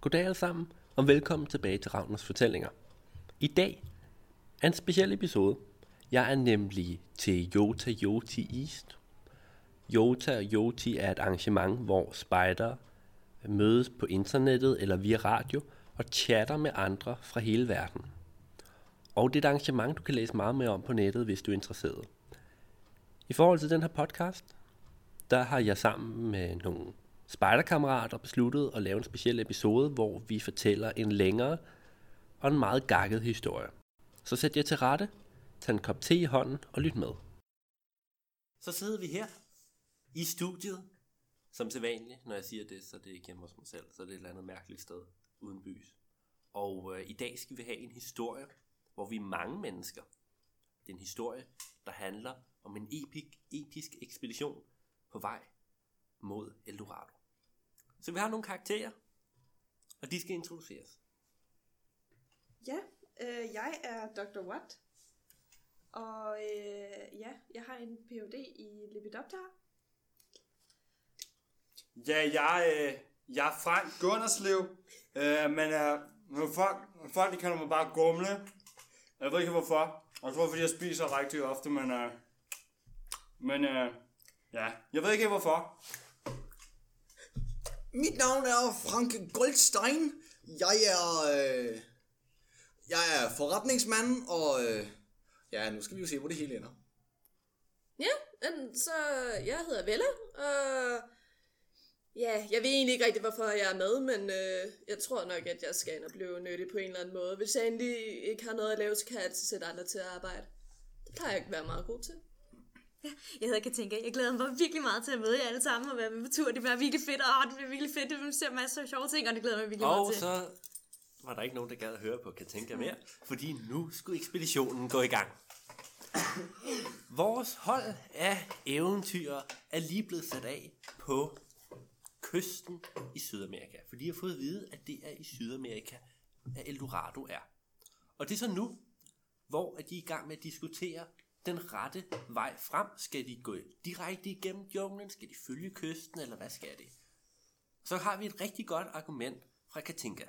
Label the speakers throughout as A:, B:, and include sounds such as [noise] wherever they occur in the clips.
A: Goddag alle sammen, og velkommen tilbage til Ravners Fortællinger. I dag er en speciel episode. Jeg er nemlig til Jota Joti East. Jota Joti er et arrangement, hvor spejdere mødes på internettet eller via radio og chatter med andre fra hele verden. Og det er et arrangement, du kan læse meget mere om på nettet, hvis du er interesseret. I forhold til den her podcast, der har jeg sammen med nogle spejderkammerater besluttet at lave en speciel episode, hvor vi fortæller en længere og en meget gakket historie. Så sæt jer til rette, tag en kop te i hånden og lyt med. Så sidder vi her i studiet. Som til vanligt, når jeg siger det, så er det ikke hjemme hos mig selv, så er det et eller andet mærkeligt sted uden bys. Og øh, i dag skal vi have en historie, hvor vi er mange mennesker. Det er en historie, der handler om en epic, episk ekspedition på vej mod Eldorado. Så vi har nogle karakterer, og de skal introduceres.
B: Ja, øh, jeg er Dr. Watt, og øh, ja, jeg har en Ph.D. i Lepidoptera.
C: Ja, jeg, øh, jeg er Frank Gunderslev, øh, men øh, men folk, folk de kalder mig bare Gumle. Jeg ved ikke hvorfor. Jeg tror, fordi jeg spiser rigtig ofte, men, øh, men øh, ja, jeg ved ikke hvorfor.
D: Mit navn er Frank Goldstein. Jeg er, øh, jeg er forretningsmand, og øh, ja, nu skal vi jo se, hvor det hele ender.
E: Ja, øhm, så jeg hedder Vella, og ja, jeg ved egentlig ikke rigtig, hvorfor jeg er med, men øh, jeg tror nok, at jeg skal ind og blive nyttig på en eller anden måde. Hvis jeg endelig ikke har noget at lave, så kan jeg altid sætte andre til at arbejde. Det plejer jeg ikke at være meget god til.
F: Jeg hedder Katinka. Jeg glæder mig virkelig meget til at møde jer alle sammen og være med på tur. Det bliver virkelig fedt, og det bliver virkelig fedt. Det bliver ser masser af sjove ting, og det glæder jeg mig virkelig
A: Og
F: meget til.
A: så var der ikke nogen, der gad at høre på Katinka mere, fordi nu skulle ekspeditionen gå i gang. Vores hold af eventyr er lige blevet sat af på kysten i Sydamerika, fordi jeg har fået at vide, at det er i Sydamerika, at Eldorado er. Og det er så nu, hvor er de i gang med at diskutere den rette vej frem. Skal de gå direkte igennem junglen? Skal de følge kysten, eller hvad skal de? Så har vi et rigtig godt argument fra Katinka.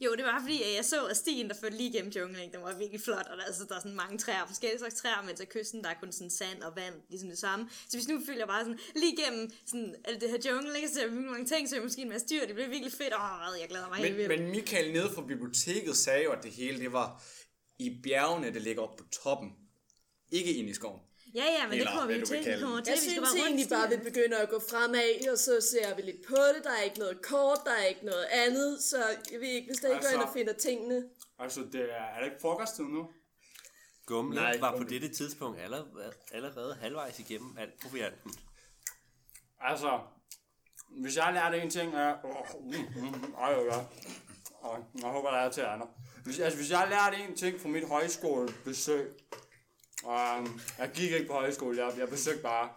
F: Jo, det var fordi, at jeg så, at stien, der førte lige gennem junglen, ikke? den var virkelig flot, og der, altså, der er sådan mange træer, forskellige slags træer, mens af kysten, der er kun sådan sand og vand, ligesom det samme. Så hvis nu følger jeg bare sådan lige gennem sådan, alt det her jungle, ikke? så ser jeg virkelig mange ting, så jeg måske en masse dyr, det bliver virkelig fedt, og oh, jeg glæder mig helt
D: Men,
F: vildt.
D: men Michael nede fra biblioteket sagde jo, at det hele det var i bjergene, der ligger oppe på toppen. Ikke inde i skoven.
F: Ja, ja, men
D: Eller
F: det kommer vi
D: hvad
F: jo
D: du vil
F: til.
D: kalde
F: Det kommer
D: det.
F: til.
E: Jeg
F: vi skal
E: synes
F: bare rundt
E: egentlig
F: stien.
E: bare, at vi begynder at gå fremad, og så ser vi lidt på det. Der er ikke noget kort, der er ikke noget andet, så jeg ved ikke, hvis der ikke går
C: Altså-
E: ind og finder tingene.
C: Altså, det er, er det ikke frokosttid nu?
A: Gumle
C: Nej,
A: var på
C: Gumle.
A: dette tidspunkt allerede, allerede halvvejs igennem alt provianten.
C: Altså, hvis jeg har lært en ting, er... Åh, mm, mm, ej, ja. Og jeg håber, der er til andre. Hvis, altså, hvis jeg har lært en ting fra mit højskolebesøg... Um, jeg gik ikke på højskole, jeg, jeg besøgte bare.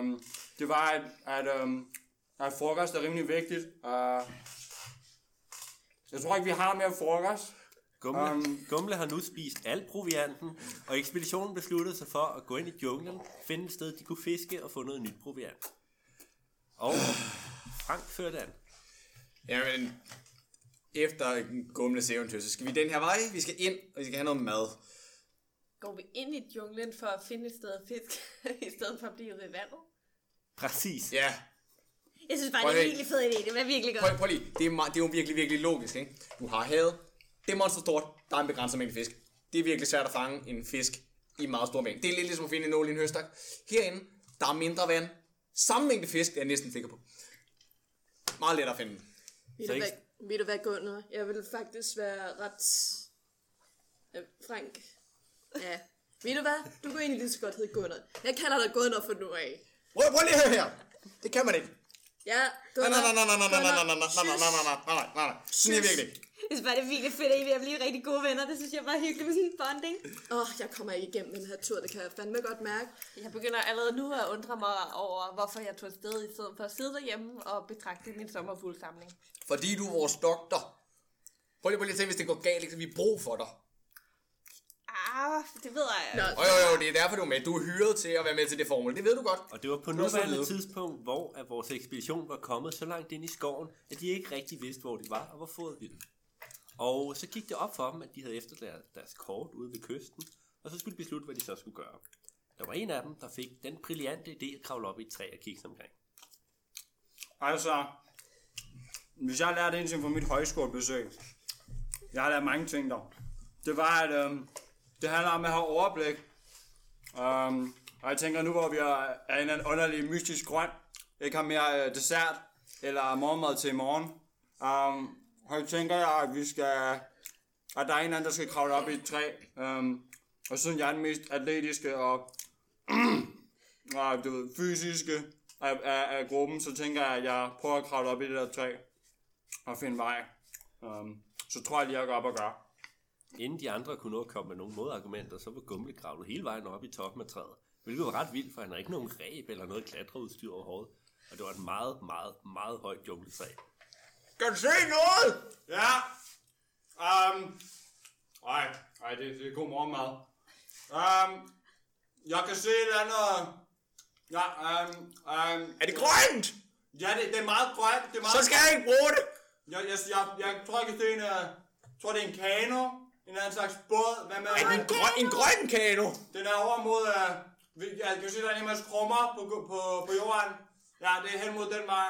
C: Um, det var, at, at, um, at frokost er rimelig vigtigt. Uh, jeg tror ikke, vi har mere frokost.
A: Gumle, um,
C: Um.
A: Gumle har nu spist al provianten, og ekspeditionen besluttede sig for at gå ind i junglen, finde et sted, de kunne fiske og få noget nyt proviant. Og Frank førte an.
D: Jamen, efter Gumles eventyr, så skal vi den her vej. Vi skal ind, og vi skal have noget mad.
G: Går vi ind i junglen for at finde et sted at fiske,
B: [laughs]
G: i stedet for at blive ved vandet?
A: Præcis.
D: Ja,
F: Jeg synes bare,
D: Prøv
F: det er
D: at-
F: en virkelig fed idé. Det var virkelig godt.
D: prøv, prøv lige. Det er, meget, det er jo virkelig, virkelig logisk, ikke? Du har havet. Det er monster stort. Der er en begrænset mængde fisk. Det er virkelig svært at fange en fisk i meget stor mængde. Det er lidt ligesom at finde en nål i en høstak. Herinde, der er mindre vand. Samme mængde fisk, det er jeg næsten sikker på. Meget let at finde.
E: Vil
A: Så
E: du,
A: ikke-
E: hvad, vil du hvad, Gunnar? Jeg vil faktisk være ret... Ja, Frank. Ja. Ved du hvad? Du kunne egentlig lige så godt hedde Gunnar. Jeg kalder dig Gunnar for nu af.
D: Prøv, prøv lige at høre her. Det kan man ikke.
E: Ja,
D: Nej,
E: Gunnar.
D: nej, nej, nej, nej, nej, nej, nej, nej, nej, nej,
E: Gunnar.
D: nej, nej, nej, nej, nej, nej. Sådan er det virkelig. ikke.
F: Jeg synes bare, det er virkelig fedt, at I er ved at blive rigtig gode venner. Det synes jeg bare er hyggeligt med sådan en bonding.
E: Åh, oh, jeg kommer ikke igennem den her tur, det kan jeg fandme godt mærke.
G: Jeg begynder allerede nu at undre mig over, hvorfor jeg tog afsted i stedet for at sidde derhjemme og betragte min sommerfuglsamling.
D: Fordi du er vores doktor. Prøv lige, prøv lige at tænke, hvis det går galt, ikke? så vi har brug for dig.
G: Ah,
B: Ah, det ved jeg.
E: Nå,
D: Og jo, jo, det er derfor, du er med. Du er hyret til at være med til det formål. Det ved du godt.
A: Og det var på
D: er så
A: nuværende
D: med.
A: tidspunkt, hvor at vores ekspedition var kommet så langt ind i skoven, at de ikke rigtig vidste, hvor de var og hvor fået vi dem. Og så gik det op for dem, at de havde efterladt deres kort ude ved kysten, og så skulle de beslutte, hvad de så skulle gøre. Der var en af dem, der fik den brillante idé at kravle op i et træ og kigge sig omkring.
C: Altså, hvis jeg lærte en ting fra mit højskolebesøg, jeg har lært mange ting der. Det var, at øhm, det handler om at have overblik. Øhm, og jeg tænker nu, hvor vi er, er en eller anden underlig mystisk grøn, ikke har mere øh, dessert eller morgenmad til i morgen. Øhm, og jeg tænker, at vi skal, at der er en anden, der skal kravle op i et træ. Øhm, og siden jeg er den mest atletiske og og du ved, fysiske af, af, af gruppen, så tænker jeg, at jeg prøver at kravle op i det der træ og finde vej. Um, så tror jeg lige, jeg går op og gør.
A: Inden de andre kunne nå at komme med nogle modargumenter, så var Gumle kravlet hele vejen op i toppen af træet. Hvilket var ret vildt, for han havde ikke nogen greb eller noget klatreudstyr overhovedet. Og det var et meget, meget, meget højt jungletræ.
D: Kan du se noget?
C: Ja! Um, ej, ej det, det er god morgenmad. Um, jeg kan se et eller andet... Ja, um, um,
D: Er det grønt?
C: ja det, det, er meget grønt. Det er meget
D: Så skal jeg ikke bruge det.
C: Jeg, jeg, jeg, jeg tror ikke, det er en... øh, Jeg tror, det er en kano. En eller anden slags båd. Hvad med...
D: Er det en, grøn, en grøn kano?
C: Den er over mod... Øh, vi- ja, du kan se, der er en hel masse krummer på, på, på jorden. Ja, det er hen mod den vej.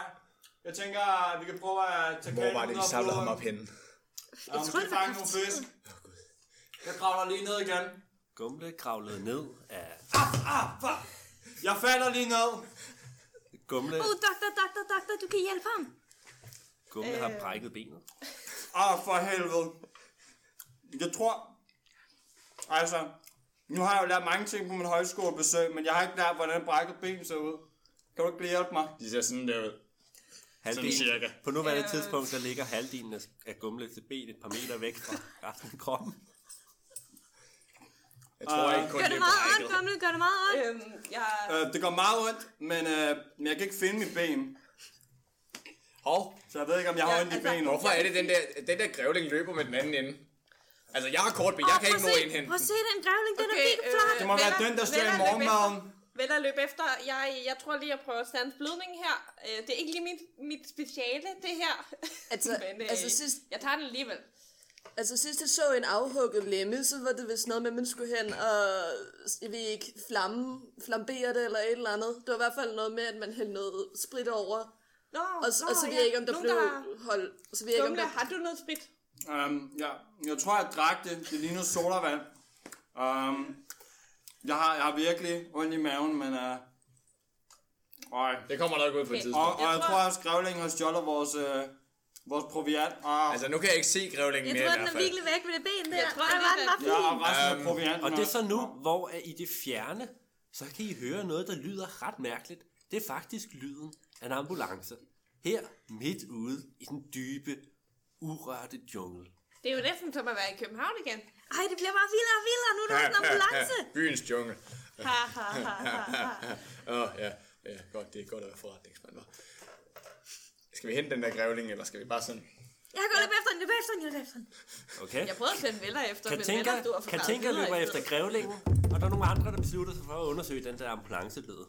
C: Jeg tænker, at vi kan prøve at tage
D: Hvor var det,
C: ud
D: de
C: af
D: samlede ham
C: floden.
D: op henne?
C: Ja, jeg tror,
F: tror,
C: det
F: det
C: fange
F: var
C: nogle fisk. Jeg kravler lige ned igen.
A: Gumle kravlede ned af...
C: Ah, fuck. Jeg falder lige ned.
A: Gumle,
F: Uh, doktor, doktor, doktor, du kan hjælpe ham.
A: gumle
B: Øhm,
A: har brækket benet.
C: Åh, oh, for helvede. Jeg tror... Altså, nu har jeg jo lært mange ting på min højskolebesøg, men jeg har ikke lært, hvordan brækket ben ser ud. Kan du ikke lige hjælpe mig?
D: De ser sådan øh, der ud.
A: Halvdelen,
D: Sådan cirka.
A: På nuværende tidspunkt, der ligger halvdelen af- af Gumle til ben et par meter væk
B: [laughs]
A: fra resten af kroppen.
D: Jeg tror
C: Ah.
D: ikke kun,
F: Gør
D: det
F: det
D: er
F: meget ondt,
D: brækket.
F: gamle, gør det meget ondt.
B: Øhm, jeg...
C: Øh, det går meget ondt, men, øh, men jeg kan ikke finde mit ben.
D: Hov,
C: Så jeg ved ikke, om jeg har
B: Ja,
C: ondt i
B: altså-
C: benet.
D: hvorfor er det, den der, den der grævling løber med den anden ende? Altså, jeg har kort ben. Jeg kan ikke nå
F: Prøv at se-
D: ind hen.
F: Prøv at se den grævling, den er
B: Okay,
F: mega flot.
B: øh,
C: Det må være
B: Venner-
C: den, der stjal
B: venner,
C: morgenmaden.
B: Vel at løbe efter. Jeg, jeg tror lige, jeg prøver at stands blødning her. Øh, det er ikke lige mit, mit speciale, det her.
E: altså,
B: [laughs] Men, øh,
E: altså, sidst,
B: Jeg tager den alligevel.
E: altså sidst jeg så en afhugget lemme, så var det vist noget med, at man skulle hen og, jeg ved ikke, flamme, flambere det eller et eller andet. Det var i hvert fald noget med, at man hældte noget sprit over.
B: Nå,
E: Og, s- og så ved jeg ikke, om der
B: Nogen,
E: blev
B: har-
E: holdt... Så ved jeg ikke, om
B: Gumle,
E: der...
B: har du noget sprit?
C: Um, ja, jeg tror, jeg drak det. Det ligner sodavand. Um, jeg, har, jeg har virkelig ondt i maven, men... Uh, øj.
D: Det kommer nok ud på et
B: Okay.
C: Og,
D: tidspunkt.
C: og jeg tror, at skrævlingen har stjålet vores, øh, vores proviant. Ah, Og,
D: Altså, nu kan jeg ikke se grævlingen
F: Jeg
D: mere i
F: tror, den
D: hvert
F: er
D: fald.
F: virkelig væk med det ben der.
B: Jeg tror,
F: Ej,
B: det
F: var
B: er
F: den
B: den.
F: bare
C: ja,
F: fin.
C: og resten
D: Øhm,
C: af provianten
A: Og det er
C: også.
A: så nu, hvor at i det fjerne, så kan I høre noget, der lyder ret mærkeligt. Det er faktisk lyden af en ambulance. Her midt ude i den dybe, urørte jungle.
B: Det er jo næsten som at være i København igen.
F: Ej, det bliver bare vildere og vildere. Nu er der også en ambulance.
D: [laughs] Byens jungle.
F: [laughs]
B: Ha, ha, ha, ha, ha.
D: Åh, oh, ja. ja. Godt, det er godt at være forretningsmand, hva'? Skal vi hente den der grævling, eller skal vi bare sådan...
F: Jeg går løbe efter den, løb efter den, løb efter den.
A: Okay?
B: Jeg prøvede at sende Veller efter, men
A: Katinka,
B: Veller stod og forklarede
A: Katinka
B: videre
A: løber
B: i
A: efter
B: stedet.
A: grævlingen, og der er nogle andre, der beslutter sig for at undersøge den der ambulancelyd.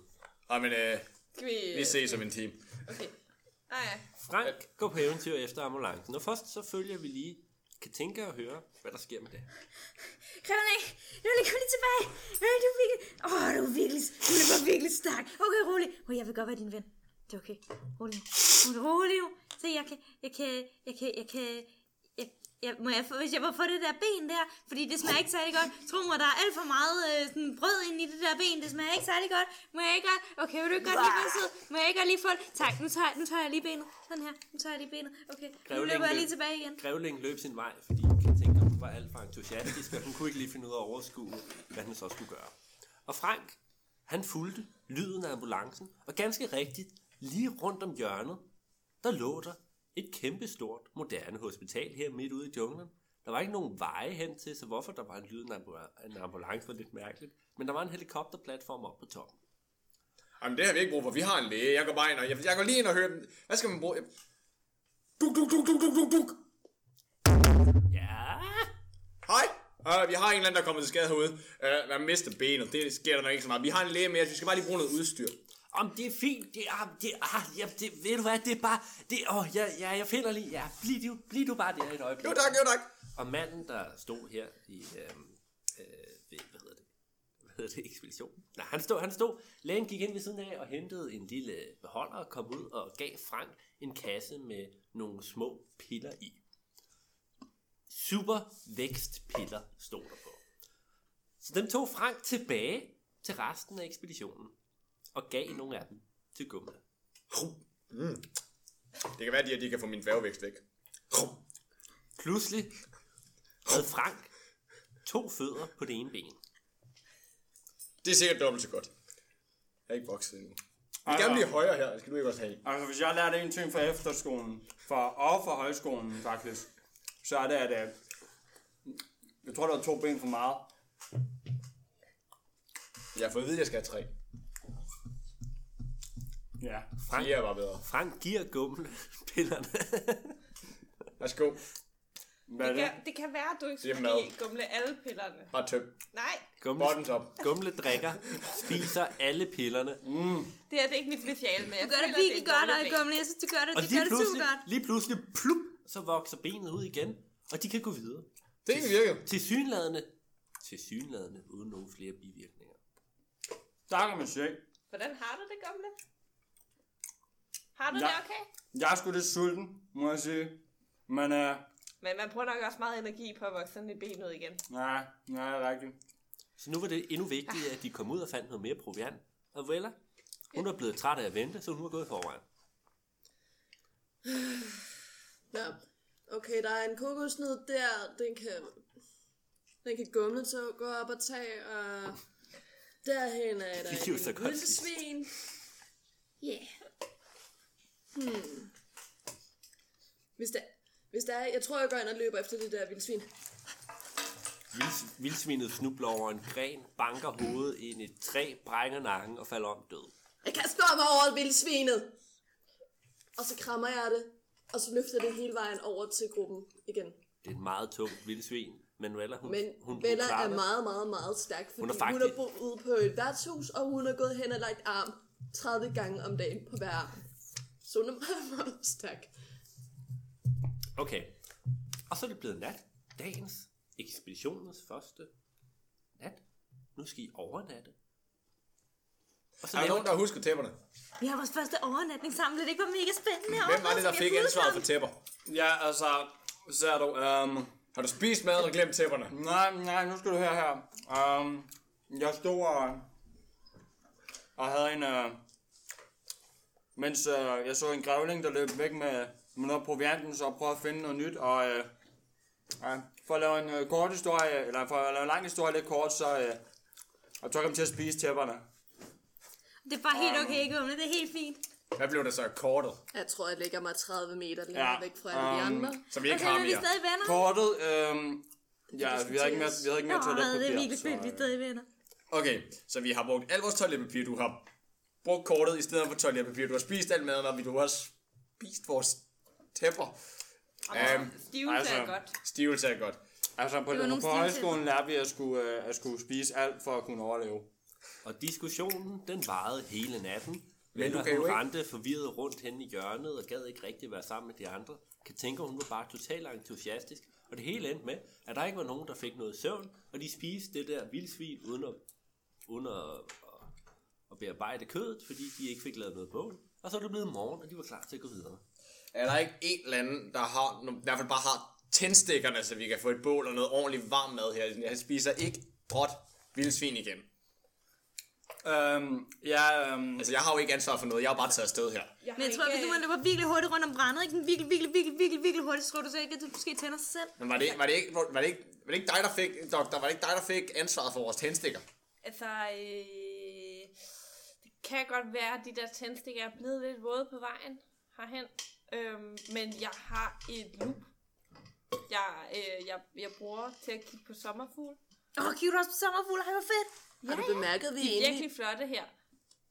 D: Ej, men øh,
B: Skal vi...
D: vi ses om en time.
B: Okay. Ej, ej.
A: Frank går på eventyr efter ambulancen, og først så følger vi lige Katinka og hører, hvad der sker med det.
F: Grævling, Grævling, kom lige tilbage. Grævling, du er virkelig... Åh, oh, du er virkelig... Du er bare virkelig stærk. Okay, rolig. Oh, jeg vil godt være din ven. Det er okay. Rolig nu. Rolig, rolig nu. Se, jeg kan... Jeg kan... Jeg kan... Jeg kan... Jeg, jeg, må jeg få, hvis jeg må få det der ben der, fordi det smager ikke særlig godt. Tro mig, der er alt for meget øh, sådan brød ind i det der ben, det smager ikke særlig godt. Må jeg ikke godt, okay, vil du ikke godt lige være sød? Må jeg ikke godt lige få det? Tak, nu tager, nu tager jeg lige benet. Sådan her, nu tager jeg lige benet. Okay, nu
A: Grævling
F: løber jeg
A: løb.
F: lige tilbage igen.
A: Grævlingen løb sin vej, fordi Katinka hun var alt for entusiastisk, og hun kunne ikke lige finde ud af at overskue, hvad han så skulle gøre. Og Frank, han fulgte lyden af ambulancen, og ganske rigtigt, lige rundt om hjørnet, der lå der et kæmpestort, moderne hospital her midt ude i junglen. Der var ikke nogen veje hen til, så hvorfor der var en lyd af en ambula- en ambulance var lidt mærkeligt. Men der var en helikopterplatform oppe på toppen.
D: Jamen, det har vi ikke brug for. Vi har en læge. Jeg går bare ind og... Jeg, jeg går lige ind og hører den. Hvad skal man bruge? Duk, duk, duk, duk, duk, duk, duk.
A: Ja,
D: Hej. Øh, vi har en eller anden, der er kommet til skade herude. Øh, man mister benet. Det sker der nok ikke så meget. Vi har en læge med os. Vi skal bare lige bruge noget udstyr.
A: Om det er fint, det er, det er, ja, det, ved du hvad, det er bare, det, åh, ja, ja, jeg finder lige, ja, bliv, du, bliv du bare der et øjeblik.
D: Jo tak, jo tak.
A: Og manden, der stod her i, øhm, øh, ved, hvad hedder det, hvad hedder det, ekspedition? Nej, han stod, han stod, lægen gik ind ved siden af og hentede en lille beholder og kom ud og gav Frank en kasse med nogle små piller i. Super vækstpiller stod der på. Så dem tog Frank tilbage til resten af ekspeditionen og gav nogle af dem til Gumle.
D: Mm. Det kan være, at de, at de kan få min dværgvækst væk.
A: Pludselig havde Frank to fødder på det ene ben.
D: Det er sikkert dobbelt så godt. Jeg er ikke vokset endnu. Vi kan
C: Altså-
D: gerne blive højere her. Det skal du ikke også have.
C: Altså, hvis jeg lærte en ting fra efterskolen, fra, og fra højskolen faktisk, så er det, at øh, jeg tror, der er to ben for meget.
D: Jeg har fået at vide, at jeg skal have tre.
C: Ja.
D: Frank. er bare bedre.
A: Frank giver Gumle pillerne.
F: [laughs]
D: Værsgo.
C: Hvad er det?
B: Ja, det kan være, at du ikke
D: Det er
B: skulle
D: mad.
B: give gumle alle pillerne.
D: Bare tøm.
B: Nej,
A: Gumle,
D: Bottoms up.
A: Gumle drikker, spiser alle pillerne.
B: det er det er ikke mit speciale med.
F: Du gør det virkelig godt, og Gumle. Jeg synes, du gør det,
A: Og
F: du
A: lige
F: gør det super
A: pludselig,
F: godt.
A: lige pludselig, plup, så vokser benet ud igen, og de kan gå videre.
D: Det kan virke.
A: Til synladende, til synladende, uden nogen flere bivirkninger.
C: Der kan man se.
B: Hvordan har du det, gumle? Har du
C: Ja.
B: det okay?
C: Jeg er sgu lidt sulten, må jeg sige. Men øh,
B: Men man bruger nok også meget energi på at vokse sådan et ben ud igen.
C: nej, nej, det er rigtigt.
A: Så nu var det endnu vigtigere, at de kom ud og fandt noget mere proviant. Og Vella, hun er blevet træt af at vente, så hun var gået foran.
E: Ja. Okay, der er en kokosnød der, den kan, den kan gumle til at gå op og tage, og derhen er
D: [laughs]
E: der
A: Det er jo
E: et
A: så godt
E: vildt svin. Ja. Yeah. Hmm. Hvis der, hvis der er, jeg tror, jeg går ind og løber efter det der vildsvin.
A: Vilds- Vildsvinet snubler over en gren, banker hovedet ind i et træ, brænder nakken og falder om død.
E: Jeg kaster mig over vildsvinet! Og så krammer jeg det, og så løfter det hele vejen over til gruppen igen.
A: Det er et meget tungt vildsvin, men Vella, hun,
E: Men
A: hun,
E: Bella
A: hun klarer
E: er
A: det.
E: meget, meget, meget stærk, fordi
A: Hun
E: hun,
A: er
E: er
A: faktisk-
E: hun har boet ude på et værtshus, og hun har gået hen og lagt arm 30 gange om dagen på hver arm. Så hun er meget, [laughs] meget stærk.
A: Okay. Og så er det blevet nat. Dagens ekspeditionens første nat. Nu skal I overnatte. Og så
D: Er der
A: laver,
D: nogen, der husker tæpperne?
F: Vi har vores første overnatning sammen, det ikke var mega spændende.
D: Hvem var det, der
F: Overraskende,
D: fik
F: jeg fulgte
D: ansvaret
F: ham.
D: for tæpper?
C: Ja, altså, så er du, øhm,
D: Har du spist mad og glemt tæpperne?
C: nej, nej, nu skal du høre her. Øhm, jeg stod og, og havde en, øh, mens øh, jeg så en grævling, der løb væk med, med noget provianten, så prøvede at finde noget nyt, og øh, øh, for at lave en øh, kort historie, eller for at lave en lang historie lidt kort, så øh, jeg tog ham til at spise tæpperne.
F: Det er bare helt okay, Gumle. Det er helt fint.
D: Hvad blev der så kortet?
E: Jeg tror, jeg lægger mig 30 meter længere
C: Ja,
E: ja, væk fra alle de
C: øhm,
A: um,
E: andre.
D: Som vi ikke
F: Okay,
D: har
F: men vi
D: mere.
F: er stadig venner.
C: Kortet, øhm, ja, vi havde ikke mere, vi havde ikke
F: Nå,
C: mere toiletpapir.
F: det er virkelig fedt, vi er
C: så,
F: stadig venner.
D: Okay, så vi har brugt al vores toiletpapir. Du har brugt kortet i stedet for toiletpapir. Du har spist alt maden, og vi- du har også spist vores tæpper. Um,
B: Stivelse altså,
C: Altså,
B: er godt.
D: stivelse er godt.
C: øh, altså på,
F: var nogle
C: på højskolen
F: stivtæpper.
C: lærte vi at skulle, øh, at skulle spise alt for at kunne overleve.
A: og diskussionen, den varede hele natten. Men
D: du kan jo
A: hun
D: ikke-
A: rendte forvirret rundt hen i hjørnet og gad ikke rigtig være sammen med de andre. Kan tænke, hun var bare totalt entusiastisk. Og det hele endte med, at der ikke var nogen, der fik noget søvn, og de spiste det der vildsvin uden at, uden at, at bearbejde kødet, fordi de ikke fik lavet noget bål. Og så er det blevet morgen, og de var klar til at gå videre.
D: Er der ikke en eller anden, der har, no- i hvert fald bare har tændstikkerne, så vi kan få et bål og noget ordentligt varm mad her? Jeg spiser ikke råt vildsvin igen.
C: Øhm, ja, øhm,
D: Altså, jeg har jo ikke ansvar for noget. Jeg har bare taget afsted her.
F: Men jeg tror, hvis
B: øh,
F: du man løber virkelig hurtigt rundt om brændet, ikke? Den virkelig, virkelig, virkelig, virkelig, virkelig hurtigt, så tror du så ikke, at du måske tænder sig selv.
D: Men var det, ikke- var det, ikke, var det, ikke, var det ikke dig, der fik, doktor, var det ikke dig, der fik ansvaret for vores tændstikker?
B: Altså, øh, det kan godt være, at de der tændstikker er blevet lidt våde på vejen herhen. Øhm, men jeg har et loop, jeg, øh, jeg, jeg bruger til at kigge på sommerfugl.
F: Åh, oh, kigger du også på sommerfugle? Ej, hvor fedt.
E: Har du bemærket, at vi
B: De er
E: er inde i
B: virkelig flotte her.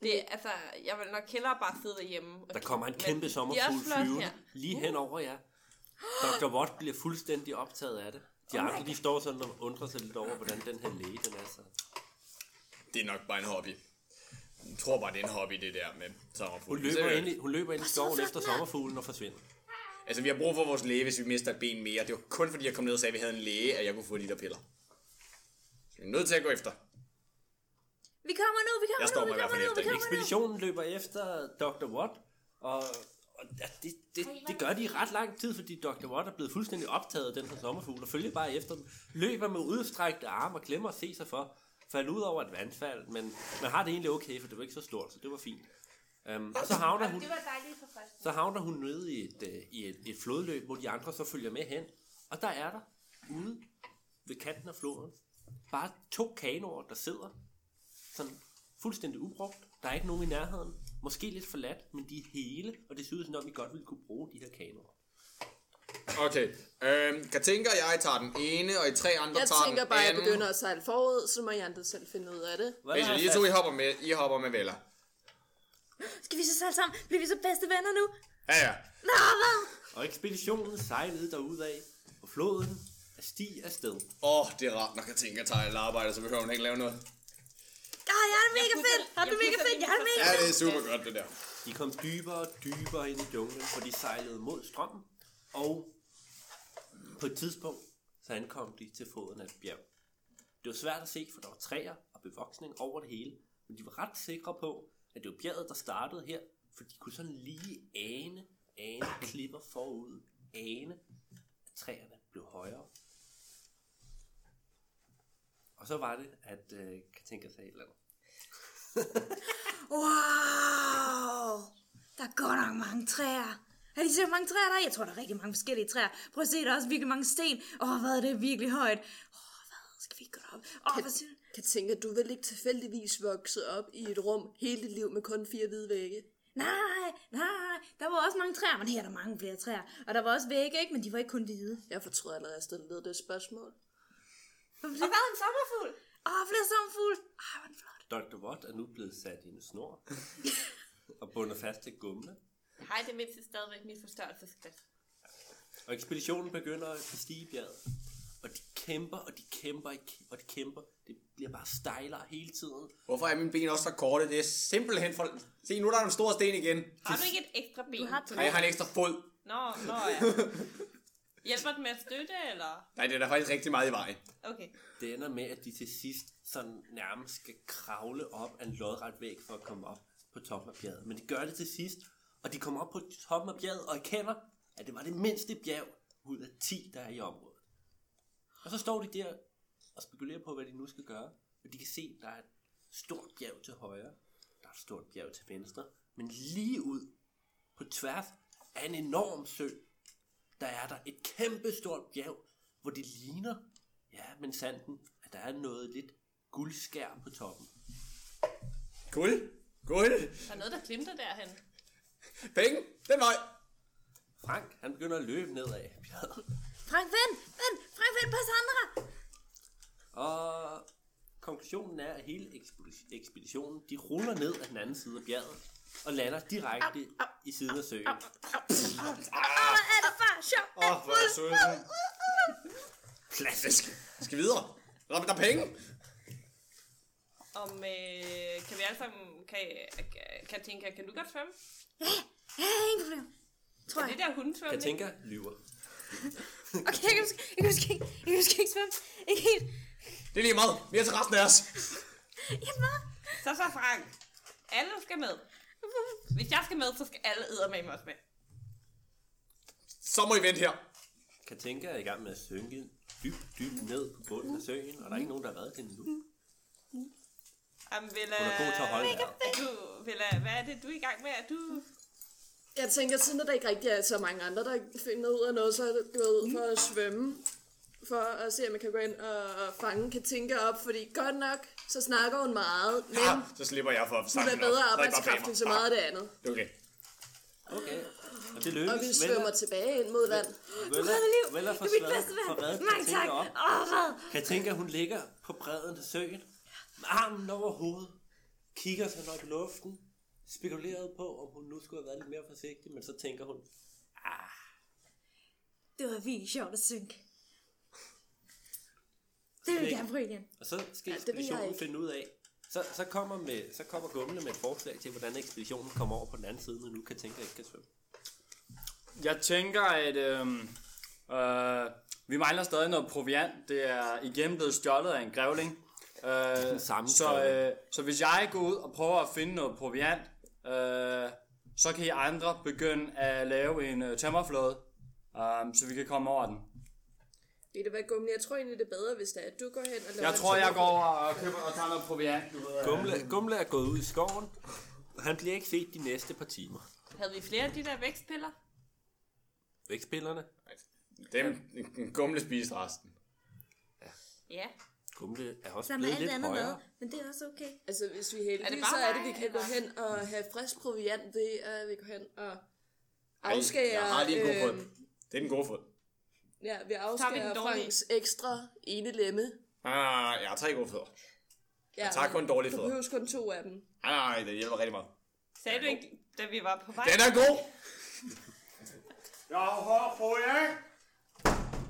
B: Det, er- altså, jeg vil nok hellere bare sidde derhjemme. Og
A: Der kommer en
B: kigge,
A: kæmpe
B: men
A: sommerfugl
B: de er også flotte
A: flyvende
B: her.
A: lige hen over jer. Dr. Watt bliver fuldstændig optaget af det. De
B: Oh
A: andre, de står sådan og undrer sig lidt over, hvordan den her læge, den er så.
D: Det er nok bare en hobby. Jeg tror bare, det er en hobby, det der med
A: Hun
D: sommerfugle.
A: løber ind i, hun løber ind i skoven efter sommerfuglen og forsvinder.
D: Altså, vi har brug for vores læge, hvis vi mister et ben mere. Det var kun fordi, jeg kom ned og sagde, at vi havde en læge, at jeg kunne få de der piller. Så vi er nødt til at gå efter.
F: Vi kommer nu, vi kommer
D: Jeg står
F: nu,
D: mig i
F: vi
D: hvert
F: kommer
D: fald
F: nu,
D: efter
F: vi
D: en
F: kommer nu.
A: Ekspeditionen løber efter Dr. Watt, og, og ja, det, det, det gør de i ret lang tid, fordi Dr. Watt er blevet fuldstændig optaget af den her sommerfugl, og følger bare efter dem, løber med udstrækte arme og glemmer at se sig for, falder ud over et vandfald, men man har det egentlig okay, for det var ikke så stort, så det var fint. Um, og så havner hun,
B: altså, Det var dejligt forfriskende.
A: så havner hun nede i et, øh, i et, et flodløb, hvor de andre så følger med hen, og der er der, ude ved kanten af floden, bare to kanoer, der sidder sådan fuldstændig ubrugt. Der er ikke nogen i nærheden. Måske lidt forladt, men de er hele, og det ser ud som om, vi godt ville kunne bruge de her kanoer.
D: Okay. Øhm, Katinka og jeg tager den ene, og I tre andre
E: Jeg
D: tager
E: tænker
D: den
E: bare, at jeg
D: anden.
E: begynder at sejle forud, så må I andre selv finde ud af det.
A: Hvad
D: Hvis
A: er
D: I
A: der
D: to, I
A: sat-
D: hopper med, I hopper med Vella.
F: Skal vi så sejle sammen? Bliver vi så bedste venner nu?
D: Ja, ja.
F: Nå, hvad?
A: og ekspeditionen sejlede derudad, og floden er sti afsted.
D: Åh, oh, det er rart, når Katinka tager et arbejde, så behøver hun ikke lave noget.
F: Åh, jeg har det mega fedt! Har du mega fedt? Jeg har det mega
D: Ja, det er super godt, det der.
A: De kom dybere og dybere ind i junglen, for de sejlede mod strømmen, og på et tidspunkt, så ankom de til foden af et bjerg. Det var svært at se, for der var træer og bevoksning over det hele, men de var ret sikre på, at det var bjerget, der startede her, for de kunne sådan lige ane, ane klipper forud, ane, at træerne blev højere. Og så var det, at øh, Katinka sagde et eller andet.
F: Wow! Der er godt nok mange træer. Er de så mange træer der? er? Jeg tror, der er rigtig mange forskellige træer. Prøv at se, der er også virkelig mange sten. Åh, oh, hvad er det virkelig højt? Åh, oh, hvad skal vi ikke gå op? Åh, oh, hvad siger du?
E: Kan tænke, at du vil ikke tilfældigvis vokse op i et rum hele dit liv med kun fire hvide vægge.
F: Nej, nej, der var også mange træer, men her er der mange flere træer. Og der var også vægge, ikke? Men de var ikke kun hvide.
E: Jeg fortryder allerede, at jeg stillede det spørgsmål.
F: Og hvad er en sommerfugl? Åh, oh, flere sommerfugle. Ej, hvor er den flot.
A: Dr. Watt er nu blevet sat i en snor og bundet fast til gumle.
B: Hej, det er mindst stadigvæk mit forstørrelsesglas.
A: Og ekspeditionen begynder at bestige bjerget. Og de kæmper, og de kæmper, og de kæmper. Det bliver bare stejlere hele tiden.
D: Hvorfor er mine ben også så korte? Det er simpelthen for... Se, nu er der en stor sten igen.
B: Har du ikke et ekstra ben?
F: Du har
D: Nej, jeg har en ekstra fod.
B: Nå, nå ja. Hjælper den med at støtte, eller?
D: Nej, det er der faktisk rigtig meget i vejen.
B: Okay.
A: Det ender med, at de til sidst sådan nærmest skal kravle op af en lodret væg for at komme op på toppen af bjerget. Men de gør det til sidst, og de kommer op på toppen af bjerget og erkender, at det var det mindste bjerg ud af 10, der er i området. Og så står de der og spekulerer på, hvad de nu skal gøre. Og de kan se, at der er et stort bjerg til højre, der er et stort bjerg til venstre, men lige ud på tværs af en enorm sø, der er der et kæmpe stort bjerg, hvor det ligner, ja, men sanden, at der er noget lidt guldskær på toppen.
D: Guld. Guld.
B: Der er noget, der glimter derhen.
D: Penge. Den vej.
A: Frank, han begynder at løbe nedad af bjerget,
F: Frank, vent, vent, Frank, vent på Sandra.
A: og konklusionen er, at hele ekspedi- ekspeditionen, de ruller ned af den anden side af bjerget, og lander direkte i siden af søen.
F: Åh, hvor er det bare sjovt.
D: Åh, oh, hvor er jeg sulten.
A: Klassisk!
D: Skal videre. Nå, men der er penge.
B: Om, øh, kan vi alle sammen, kan, kan tænke, kan du godt svømme?
F: Ja, ingen problem. Tror
B: Er
F: jeg.
B: det der hundesvømning?
A: Jeg tænker, lyver.
F: Okay, jeg kan huske, jeg kan huske, ikke- jeg kan huske ikke svømme. Ikke helt.
D: Det er lige meget. Vi er til resten af os.
F: Jeg var.
B: Så så Frank. Alle skal med. Hvis jeg skal med, så skal alle eddermame også med.
D: Så må I vente her. Ah,
A: Katinka er i gang med at synke dybt, dybt ned på bunden af søen, og der er ikke nogen, der har været det endnu.
B: Jamen, Villa,
A: Hun er god til at holde vejret.
B: er du, Villa, hvad er det, du er i gang med? Er du...
E: Jeg tænker, siden der ikke rigtig er så mange andre, der finder ud af noget, så er jeg gået ud for at svømme. For at se, om jeg kan gå ind og fange Katinka op, fordi godt nok, så snakker hun meget, men
D: Ah, så slipper jeg for at
E: hun
D: snakke
E: er
D: med dig.
E: bedre
D: Der ikke bare
E: arbejdskraft
D: bag
E: end
D: mig.
E: så meget af det andet.
D: Ah, Okay.
A: Okay, og det
E: Og
A: lykkes.
E: vi
A: Vella-
E: svømmer tilbage ind mod vand.
A: Vel,
F: Red mit liv.
A: vel
F: Det
A: at
F: er mit bedste ven. Mange tak.
A: Op.
F: Åh, hvad?
A: Kan tænke, at hun ligger på bredden af søen, med armen over hovedet, kigger sig op i luften, spekulerede på, om hun nu skulle have været lidt mere forsigtig, men så tænker hun,
F: Det var virkelig sjovt at synke. Det vil
A: Ikke?
F: jeg gerne prøve igen.
A: Og så skal
E: Ja, det vil jeg
A: ekspeditionen
E: ikke.
A: finde ud af. Så, så, kommer med, så kommer Gumle med et forslag til, hvordan ekspeditionen kommer over på den anden side, når nu kan tænke, ikke kan svømme.
C: Jeg tænker, at øhm, øh, vi mangler stadig noget proviant. Det er igen blevet stjålet af en grævling. Øh,
A: samme
C: så,
A: grævling.
C: øh, så hvis jeg går ud og prøver at finde noget proviant, øh, så kan I andre begynde at lave en øh, tømmerflåde, øh, så vi kan komme over den.
E: Ved du hvad, Gummi? Jeg tror egentlig, det er bedre, hvis det er, at du går hen og laver
C: Jeg tror, jeg går over og køber og tager noget proviant. Du ved.
A: Gumle, Gumle er gået ud i skoven. Han bliver ikke set de næste par timer.
B: Havde vi flere af de der vækstpiller?
A: Vækspillerne.
D: Dem en gumle spiste resten.
B: Ja.
A: Gumle er også
F: Der er med
A: blevet
F: alt
A: lidt
F: andet mad,
A: højere.
F: men det er også okay.
E: Altså, hvis vi er heldige,
B: Er
E: er
B: det
E: det
B: bare
E: så er
B: mig,
E: det, vi kan gå
B: eller?
E: hen og have frisk proviant ved, at vi går hen og
D: Ej,
E: afskærer...
D: Jeg har lige en god fod.
E: øhm,
D: Det er den gode fod.
E: Ja, vi
B: vi den
E: afskærer
B: dårlige.
E: Franks ekstra ene lemme.
D: Ah, jeg har tre gode fødder.
E: Ja,
D: tager kun dårlige
E: Du
D: fødder.
E: behøver kun to af dem.
D: Ej, nej, det hjælper rigtig meget.
B: Sagde du ikke, da vi var på vej?
D: Den er god!
C: Jeg har hård proviant,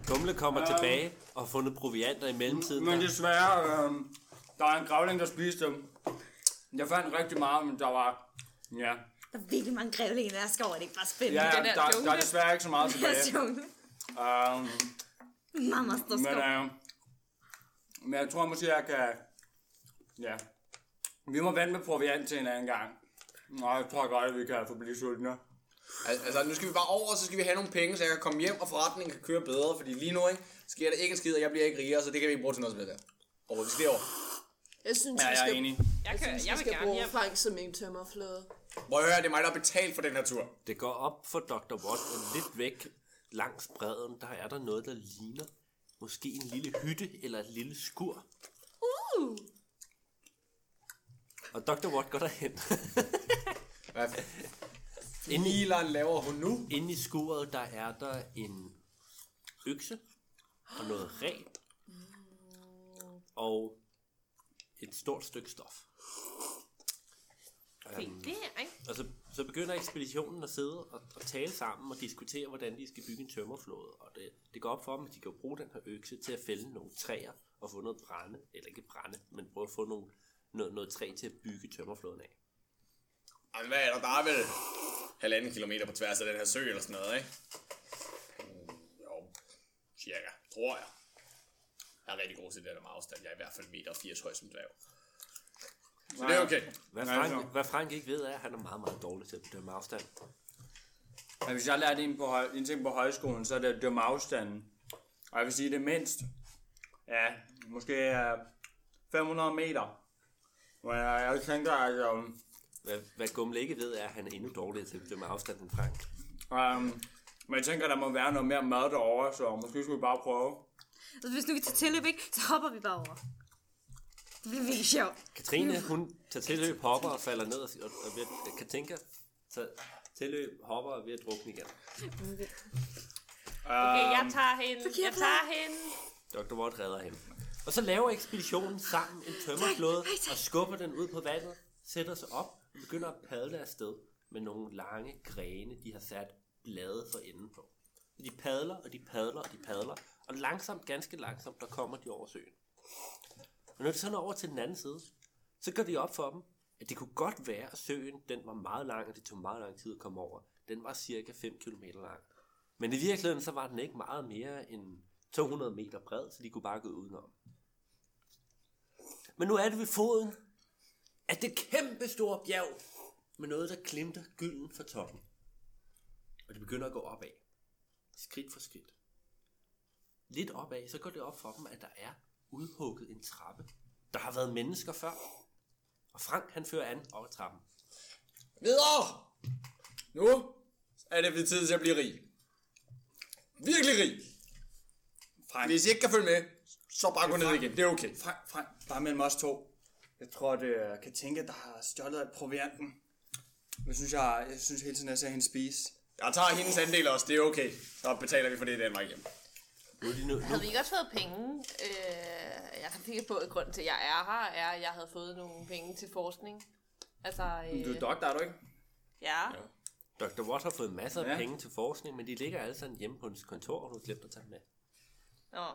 A: Gumle kommer tilbage og har fundet provianter i mellemtiden.
C: men desværre, øh, der er en grævling, der spiste dem. Jeg fandt rigtig meget, men der var... Ja,
F: Der er virkelig mange grævlinger, der er skov, og det er bare spændende.
C: ja der,
F: Ja.
B: der
C: der, der er
B: jungle.
C: desværre ikke så meget
F: [laughs] Det
C: tilbage.
F: er sjovt.
C: Um,
F: Mamma står
C: men,
F: skov.
C: øh, men jeg tror måske, jeg kan... Ja. Vi må vente med proviant til en anden gang. Nej, jeg tror godt, at vi kan forblive sultne.
D: Al- Altså, nu skal vi bare over, og så skal vi have nogle penge, så jeg kan komme hjem, og forretningen kan køre bedre, fordi lige nu, ikke, sker der ikke en skid, og jeg bliver ikke rigere, så det kan vi ikke bruge til noget som det der. Og vi skal derover.
E: Jeg synes,
C: Ja,
E: vi
C: jeg
E: skal,
C: er enig.
B: Jeg, kan, jeg,
E: synes, vi
B: vil
E: skal
B: gerne
E: bruge
B: hjem.
E: Frank som en tømmerflåde.
D: Prøv at høre, det er mig, der har betalt for den her tur.
A: Det går op for Dr. Watt, og lidt væk langs bredden, der er der noget, der ligner måske en lille hytte eller et lille skur. Uh! Og Dr. Watt går derhen. [laughs]
D: [laughs] Hvad Nilan laver hun nu?
A: Inde i skuret, der er der en økse og noget reb og et stort stykke stof.
B: Fint, det er, ikke?
A: Og så, så begynder ekspeditionen at sidde og, og tale sammen og diskutere, hvordan de skal bygge en tømmerflåde. Og det, det går op for dem, at de kan bruge den her økse til at fælde nogle træer og få noget brænde, eller ikke brænde, men prøve at få nogle, noget, noget træ til at bygge tømmerflåden af.
D: Ej, Altså, hvad er der? Der er vel halvanden kilometer på tværs af den her sø eller sådan noget, ikke? Mm, Jo, cirka, tror jeg. Jeg er rigtig god til det der med afstand. Jeg er i hvert fald meter 80 høj som dværg. Så det er okay.
A: Hvad
C: Nej,
A: Frank,
C: så-
A: hvad Frank ikke ved, er, at han er meget, meget dårlig til at bedømme afstand.
C: Men hvis jeg lærte en, på, høj- en ting på højskolen, så er det at dømme afstanden. Og jeg vil sige, det er mindst, ja, måske øh, 500 meter. Men jeg, jeg tænker, at øh,
A: Hvad, hvad Gumle ikke ved, er, at han er endnu dårligere til at bedømme afstand end Frank.
C: Um, men jeg tænker, der må være noget mere mad derovre, så måske skulle vi bare prøve.
F: Så hvis nu vi tager tilløb, ikke, så hopper vi bare over. Det bliver virkelig sjovt.
A: Katrine, hun tager tilløb, hopper og falder ned og, og, og ved, kan tænke, tager tilløb, hopper og er ved at drukne igen.
B: Okay, jeg tager hende. Jeg tager hende.
A: Dr. Watt redder hende. Og så laver ekspeditionen sammen en tømmerflåde og skubber den ud på vandet, sætter sig op og begynder at padle afsted med nogle lange grene, de har sat blade for enden på. Og De padler, og de padler, og de padler, og langsomt, ganske langsomt, der kommer de over søen. Og når de så når over til den anden side, så går de op for dem, at det kunne godt være, at søen den var meget lang, og det tog meget lang tid at komme over. Den var cirka 5 km lang. Men i virkeligheden, så var den ikke meget mere end 200 meter bred, så de kunne bare gå udenom. Men nu er det ved foden af det kæmpe store bjerg med noget, der glimter gylden fra toppen. Og det begynder at gå opad. Skridt for skridt. Lidt opad, så går det op for dem, at der er udhugget en trappe. Der har været mennesker før. Og Frank, han fører an over trappen.
D: Videre! Nu er det ved tid til at blive rig. Virkelig rig.
C: Frank,
D: Hvis I ikke kan følge med, så bare gå ned igen. Det er okay.
C: Frank, Frank, bare mellem os to. Jeg tror, at øh, Katinka, der har stjålet af provianten. Jeg synes, jeg, jeg synes hele tiden, jeg ser hende spise.
D: Jeg tager hendes andel også. Det er okay. Så betaler vi for det i Danmark igen.
A: Nu er de nu, nu.
B: Havde vi ikke også fået penge? Øh, jeg kan tænke på, at grunden til, at jeg er her, er, at jeg havde fået nogle penge til forskning. Altså,
C: Du
B: øh,
C: er doktor, er du ikke?
B: ja.
A: Dr. Watt har fået masser af
C: Ja.
A: penge til forskning, men de ligger alle sammen hjemme på hans kontor, og du har glemt at tage dem med.
B: Nå.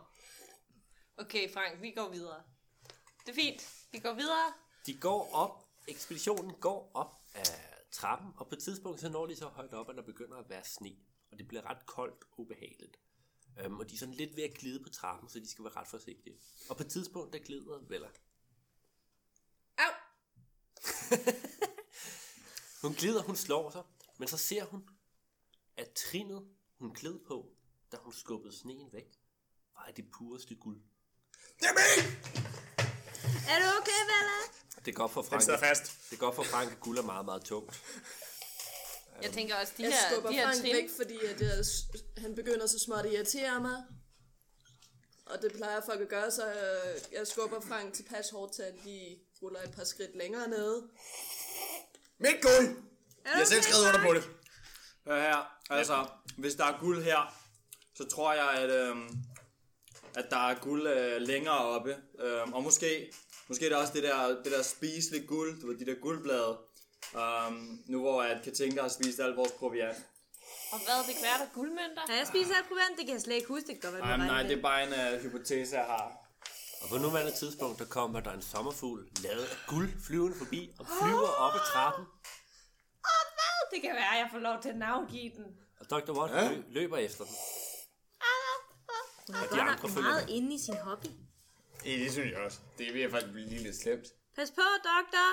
B: Okay, Frank, vi går videre. Det er fint. Vi går videre.
A: De går op, ekspeditionen går op af trappen, og på et tidspunkt så når de så højt op, at der begynder at være sne, og det bliver ret koldt og ubehageligt. Øhm, og de er sådan lidt ved at glide på trappen, så de skal være ret forsigtige. Og på et tidspunkt, der glider Vella.
B: Au!
A: [laughs] Hun glider, hun slår sig, men så ser hun, at trinet, hun gled på, da hun skubbede sneen væk, var af det pureste guld.
F: Er du okay, Vella?
A: Det er godt for
D: Den sidder
A: Frank.
D: fast.
A: Det er godt for Frank, at guld er meget, meget tungt.
B: Jeg tænker også, de
E: Jeg
B: her,
E: skubber
B: de her
E: Frank
B: trin...
E: væk, fordi at jeg, han begynder så småt at irritere mig. Og det plejer folk at gøre, så øh, jeg skubber Frank tilpas hårdt til, at de ruller et par skridt længere nede.
D: Mit guld! Jeg har selv skrevet under på det.
C: Hør her, altså, hvis der er guld her, så tror jeg, at, øhm, at der er guld øh, længere oppe. Øhm, og måske, måske er det også det der, det der spiselige guld, du ved, de der guldblade. Øhm, nu hvor at Katinka har spist alt vores proviant.
B: Og hvad, det kan være, der er guldmønter?
F: Har jeg spist alt proviant? Det kan jeg slet ikke huske. Det kan godt være,
C: Ej, men
F: du har
C: nej,
F: ret i
C: det er bare en øh, hypotese, jeg har.
A: Og på nuværende tidspunkt, der kommer der en sommerfugl lavet af guld flyvende forbi og flyver op ad trappen.
B: Det kan være, at jeg får lov til at navngive den.
A: Og Dr. Watt ja? løber efter den.
F: Hun er
A: de
F: godt
A: andre
F: nok
A: følger
F: meget inde i sin hobby.
D: Ja, det synes jeg også. Det er ved faktisk blive lidt slemt.
F: Pas på, doktor.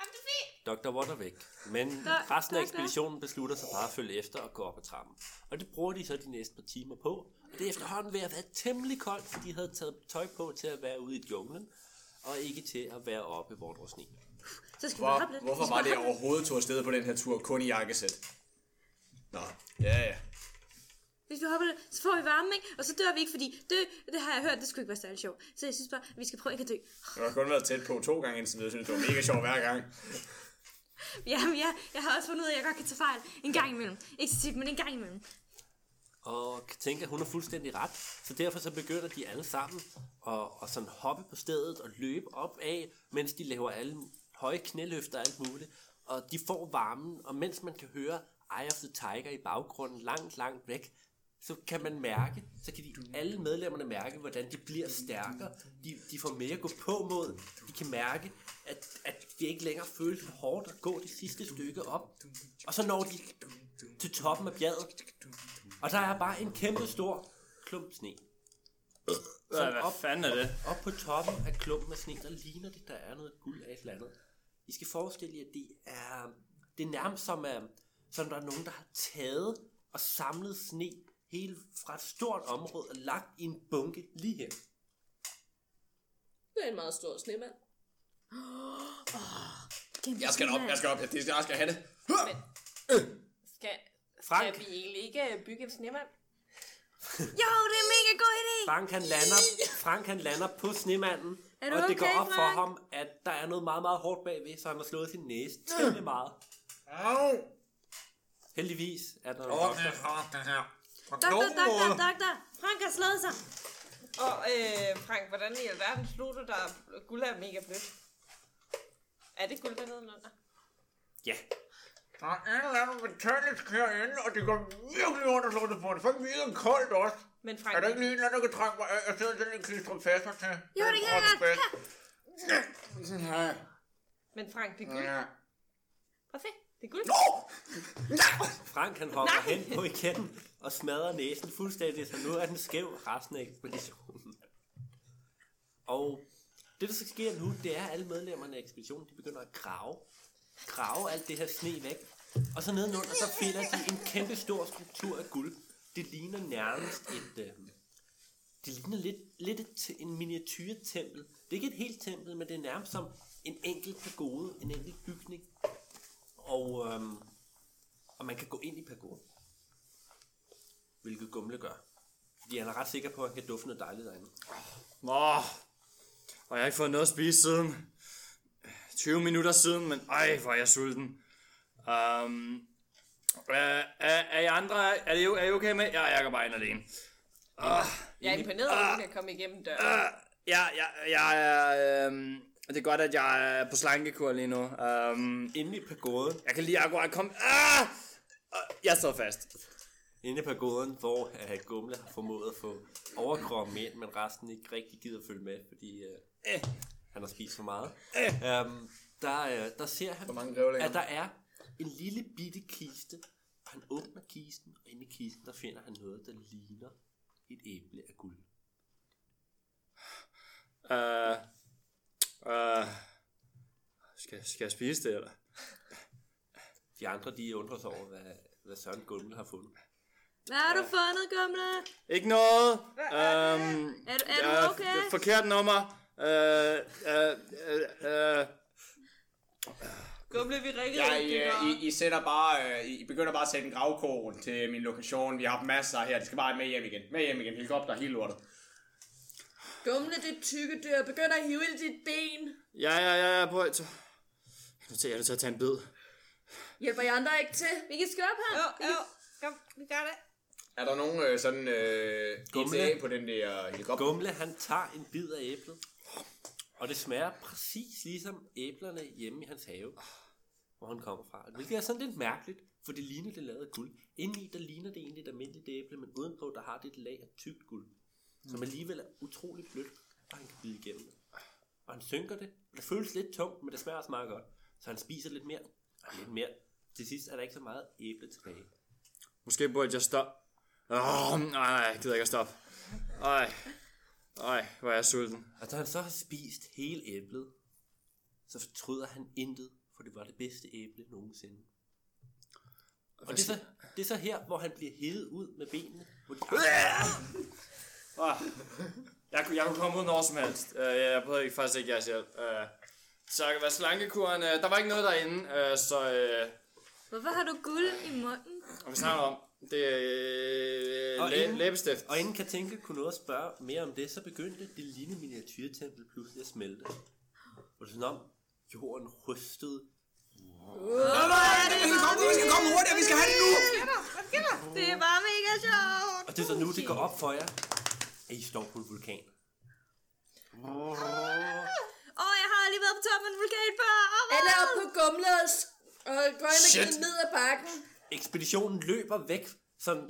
B: Jamen, det er fint.
A: Dr. Watt er væk. Men
F: Der-
A: resten af
F: der-
A: ekspeditionen beslutter sig bare at følge efter og gå op ad trappen. Og det bruger de så de næste par timer på. Og det er efterhånden ved at være temmelig koldt, for de havde taget tøj på til at være ude i junglen. Og ikke til at være oppe, hvor der var sne.
F: Så skal
D: Hvor,
F: vi hoppe lidt.
D: hvorfor var
F: [laughs]
D: det, jeg overhovedet tog afsted på den her tur kun i jakkesæt? Nå, ja ja.
F: Hvis vi hopper lidt, så får vi varme, ikke? Og så dør vi ikke, fordi dø, det har jeg hørt, det skulle ikke være særlig sjovt. Så jeg synes bare, at vi skal prøve ikke at dø.
D: Jeg har kun været tæt på to gange indtil videre. Jeg synes, det var mega sjovt hver gang.
F: Jamen ja, jeg har også fundet ud af, at jeg godt kan tage fejl. En gang imellem. Ikke så tit, men en gang imellem.
A: og kan tænke, at hun har fuldstændig ret. Så derfor så begynder de alle sammen at, at sådan hoppe på stedet og løbe op af, mens de laver alle høje knæløfter og alt muligt. Og de får varmen, og mens man kan høre Eye of the Tiger i baggrunden langt, langt væk, så kan man mærke, så kan de, alle medlemmerne mærke, hvordan de bliver stærkere. De, de får mere at gå på mod. De kan mærke, at, at det ikke længere føles for hårdt at gå det sidste stykke op. Og så når de til toppen af bjerget, og der er bare en kæmpe stor klump sne.
C: Hvad, hvad fanden er det?
A: Op på toppen af klumpen af sne, der ligner det, der er noget guld af et eller andet. I skal forestille jer, at det er, det er nærmest som, at, som der er nogen, der har taget og samlet sne hele fra et stort område og lagt i en bunke lige her.
E: Det er en meget stor snemand.
F: Kæmpe
D: Jeg skal op, jeg skal op. Jeg, jeg skal have det.
B: Skal,
A: Frank.
B: skal vi egentlig ikke øh, bygge en snemand?
F: Jo, det er en mega god idé.
A: Frank han lander, Frank han lander på snemanden,
F: Er du
A: og det
F: okay,
A: går op for
F: Frank?
A: ham, at der er noget meget, meget hårdt bagved, så han har slået sin næse temmelig meget.
D: Au!
A: Heldigvis er der en
D: Åh,
A: doktor.
D: det er hårdt, det her. På
F: Doktor,
D: nogen
F: doktor,
D: måde.
F: doktor. Frank har slået sig.
B: Og øh, Frank, hvordan i alverden slog du dig? Guld er mega blødt. Er det guld dernede under?
A: Ja,
D: Der er en eller anden metallisk herinde, og det går virkelig ondt at slå det på. Det er faktisk virkelig koldt også.
B: Men Frank,
D: Er der ikke lige en eller anden, der kan trække mig af? Jeg sidder sådan en klistret fast her til.
F: Jo, det kan jeg godt. Her.
D: Ja.
B: men Frank, det er guld.
D: Ja.
B: Prøv at se, det er guld.
A: Frank han hopper Nej. hen på igen og smadrer næsen fuldstændig, så nu er den skæv resten af ekspeditionen. Og det, der så sker nu, det er, at alle medlemmerne af ekspeditionen, de begynder at grave. Grave alt det her sne væk. Og så nedenunder, så finder de en kæmpe stor struktur af guld. Det ligner nærmest et... Øh, det ligner lidt, lidt et, te- en miniatyrtempel. Det er ikke et helt tempel, men det er nærmest som en enkelt pagode, en enkelt bygning. Og øhm, og man kan gå ind i pagoden. Hvilket Gumle gør. Fordi han er ret sikker på, at han kan dufte noget dejligt derinde.
C: Åh, og jeg har ikke fået noget at spise siden. 20 minutter siden, men ej, hvor er jeg sulten. Um, er, er, er I andre, er, det, jo- er I okay med? Ja, jeg går bare ind alene.
B: Jeg er imponeret, at
D: Ah.
B: hun kan komme igennem døren.
C: Ja, ja, jeg er, øhm, det er godt, at jeg er på slankekur lige nu. Um,
A: Inde i pagoden,
C: jeg kan lige akkurat komme... Ah! Øh, Jeg sidder fast.
A: Inde i pagoden, hvor uh, Gumle har formået at få overkroppen ind, men resten ikke rigtig gider følge med, fordi uh,
C: Eh.
A: han har spist for meget. Um, der, uh, der ser han,
D: Hvor mange grævlinger?
A: at der er en lille bitte kiste, og han åbner kisten, og inde i kisten, der finder han noget, der ligner et æble af guld.
C: Uh, uh, skal, skal jeg spise det, eller?
A: De andre, de undrer sig over, hvad, hvad Søren Gumle har fundet.
F: Hvad har du fundet, gamle?
C: Ikke noget. Um,
F: Er du, er du okay?
C: forkert nummer. Uh, uh, uh, uh,
B: Gumle, vi ringer
D: Ja, I, øh, I, I, sætter bare, øh, I, I begynder bare at sætte en gravkog rundt til min lokation. Vi har haft masser her. Det skal bare med hjem igen. Med hjem igen. Helikopter, hele lortet.
E: Gumle, det tykke dyr, begynder at hive i dit ben.
C: ja, ja, ja, ja, på et. Nu tager jeg nødt til at tage en bid.
E: Hjælper I andre ikke til?
F: Vi kan skubbe ham.
B: Jo, jo, kom, vi gør det.
D: Er der nogen øh, sådan øh,
A: Gumle.
D: ETA på den der øh, helikopter?
A: Gumle, han tager en bid af æblet, og det smager præcis ligesom æblerne hjemme i hans have, hvor han kommer fra. Hvilket er sådan lidt mærkeligt, for det ligner det er lavet af guld. Indeni, der ligner det egentlig et almindeligt æble, men udenpå, der har det et lag af tykt guld, som alligevel er utrolig blødt, og han kan bide igennem det. Og han synker det, og det føles lidt tungt, men det smager også meget godt. Så han spiser lidt mere, og lidt mere. Til sidst er der ikke så meget æble tilbage.
C: Måske burde jeg stoppe. Åh, oh, nej, jeg gider ikke at stoppe. Ej, ej, hvor er jeg sulten.
A: Og da Altså, han så har spist hele æblet, så fortryder han intet, for det var det bedste æble nogensinde. Og det er, så, det er så her, hvor han bliver hævet ud med benene. Hvor de
C: Ah, jeg, kunne- jeg kunne komme ud når som helst. Uh, jeg, jeg prøvede ikke, faktisk ikke jeg selv. Uh, så hvad slankekuren, uh, der var ikke noget derinde, uh, så uh,
F: Hvorfor har du guld i munden?
C: og vi snakker om, det er
A: Og
C: uh, læ-
A: inden-
C: læbestift.
A: og inden Katinka kunne nå at spørge mere om det, så begyndte det lille miniatyrtempel pludselig at smelte. Og det er sådan om, jorden rystede.
D: Vi skal komme, vi skal komme hurtigt, vi skal have det nu!
F: Det er bare mega sjovt.
A: Og det er så nu, det går op for jer, at I står på en vulkan.
F: Åh, oh, jeg har lige været på toppen af en vulkan før. Åh, hvor-
E: Alle er oppe på gumle og, s- og går ind og
D: Shit.
E: glider ned ad bakken.
A: ekspeditionen løber væk sådan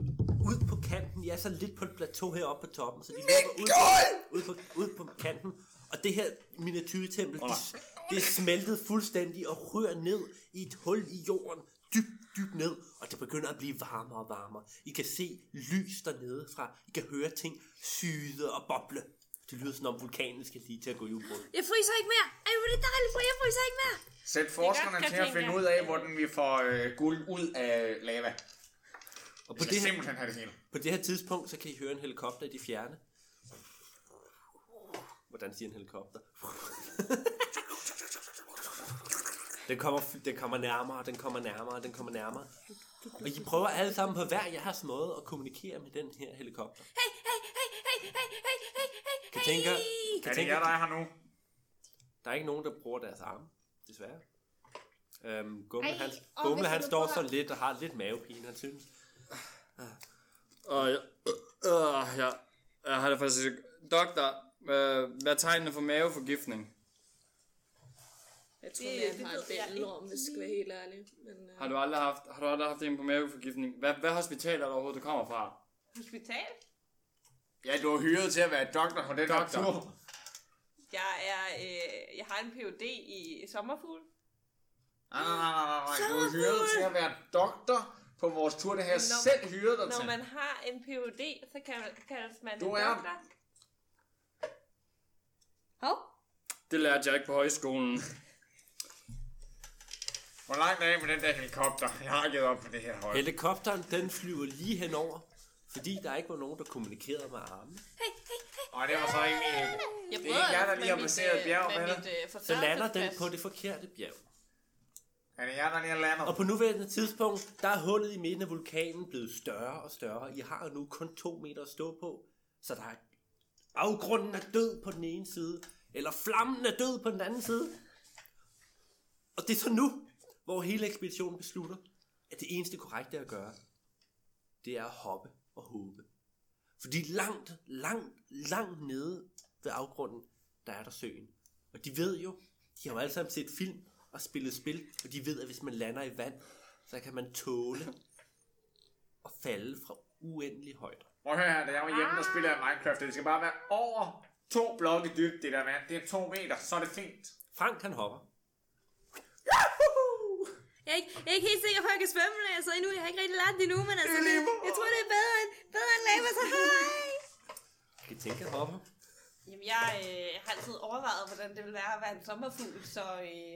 A: ud på kanten. Jeg er så lidt på et plateau heroppe på toppen, så de løber ud på, ud på, ud på kanten. Og det her miniatyrtempel, det, det er smeltet fuldstændig og rører ned i et hul i jorden, dybt, dybt ned. Og det begynder at blive varmere og varmere. I kan se lys dernede fra. I kan høre ting syde og boble. Det lyder som om vulkanen skal lige til at gå i udbrud.
F: Jeg fryser ikke mere. Ej, hvor er det dejligt, for jeg fryser ikke mere.
B: Mm.
D: Sæt forskerne
B: godt,
D: til at
B: Katinka.
D: finde ud af, hvordan vi får øh, guld ud af lava.
A: Og på det
D: Vi skal
A: her,
D: simpelthen have det hele.
A: På det her tidspunkt, så kan I høre en helikopter i det fjerne. Hvordan siger en helikopter? Den kommer, den kommer nærmere, den kommer nærmere, den kommer nærmere. Og I prøver alle sammen på hver jeres måde at kommunikere med den her helikopter.
F: Hey, hey, hey, hey, hey, hey, hey, hey,
A: Kan tænke,
D: Er
A: kan
D: det
A: tænke,
D: jer, der er her nu?
A: der er ikke nogen, der bruger deres arme, desværre. Øhm, Gumle,
B: Ej,
A: han,
B: og
A: Gumle,
B: hvis
A: han
B: du
A: står
B: prøver-
A: så lidt og har lidt mavepine, han synes.
C: Og jeg, øh, jeg, jeg har det faktisk ikke. Doktor, øh, hvad er tegnene for maveforgiftning?
E: Jeg tror,
B: Det-
E: det, han
B: det
E: har
B: ved
E: et
B: jeg
E: bælgenrum,
B: ikke
E: hvis jeg skal være helt ærlig. Men, øh,
C: Har du aldrig haft, har du aldrig haft en på maveforgiftning? Hvad, hvad hospital er der overhovedet, du kommer fra?
B: Hospital?
D: Ja, du er hyret til at være doktor på den doktor. doktor.
B: Jeg, er, øh, jeg har en Ph.D. i sommerfugl.
D: Nej, nej, nej, nej, nej. Du er hyret til at være doktor på vores tur. Det har jeg
B: Når-
D: selv hyret dig
B: Når
D: til.
B: man har en Ph.D., så kan, kaldes man
D: Du
B: en
D: er-
B: doktor.
F: Hov.
C: Det lærte jeg ikke på
E: [laughs]
C: højskolen.
D: Hvor langt er I med den der helikopter? Jeg har givet op på det her højde.
A: Helikopteren, den flyver lige henover, fordi der ikke var nogen, der kommunikerede med armen.
D: Og det var så ikke min.
B: Jeg
D: Det er ikke jer, der lige har passeret et bjerg,
B: med
D: venner.
B: mit øh,
A: Så lander den på det forkerte bjerg.
D: Er det jer, der lige har landet?
A: Og på nuværende tidspunkt, der er hullet i midten af vulkanen blevet større og større. I har nu kun to meter at stå på, så der er afgrunden er død på den ene side, eller flammen er død på den anden side. Og det er så nu, hvor hele ekspeditionen beslutter, at det eneste korrekte at gøre, det er at hoppe og håbe. Fordi langt, langt, langt nede ved afgrunden, der er der søen. Og de ved jo, de har jo alle sammen set film og spillet spil, og de ved, at hvis man lander i vand, så kan man tåle og falde fra uendelige højder.
D: Prøv at høre her, da jeg var hjemme, der spillede jeg Minecraft, og det skal bare være over to blokke dybt, det der mand. Det er to meter, så er det fint.
A: Frank han hopper.
F: Jeg er, ikke, jeg er ikke helt sikker på, at jeg kan svømme, altså endnu. Jeg har ikke rigtig lært det endnu, men altså, det, jeg tror, det er bedre end, bedre end lava, så hej!
A: Jeg kan tænke, han hopper.
B: Jamen, jeg øh, har altid overvejet, hvordan det ville være at være en sommerfugl, så... Øh,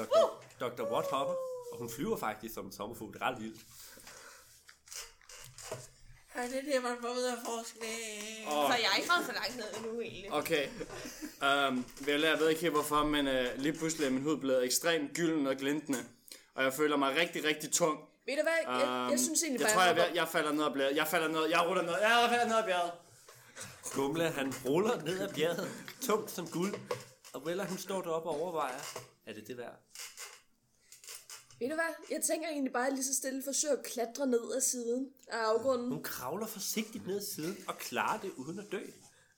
A: Dr. Dr. Watt hopper, og hun flyver faktisk som en sommerfugl. Det er ret vildt.
B: ja, det er det, man får ud af forskning. Oh. Så jeg er ikke kommet så langt ned endnu, egentlig.
C: Okay. Um, Vella, jeg ved ikke helt hvorfor, men uh, lige pludselig er min hud blevet ekstremt gylden og glintende. Og jeg føler mig rigtig, rigtig tung. Øhm,
E: Ved du hvad? Jeg, jeg synes egentlig
C: jeg
E: bare,
C: tror, jeg, jeg, jeg falder ned og bliver... Jeg falder ned, jeg ruller ned, jeg falder ned og bjerget.
A: Gumle, han ruller ned ad bjerget, tungt som guld. Og Vella, hun står deroppe og overvejer, er det det værd?
E: ved du hvad? Jeg tænker egentlig bare lige så stille forsøg at klatre ned ad siden af afgrunden.
A: Hun kravler forsigtigt ned ad siden og klarer det uden at dø.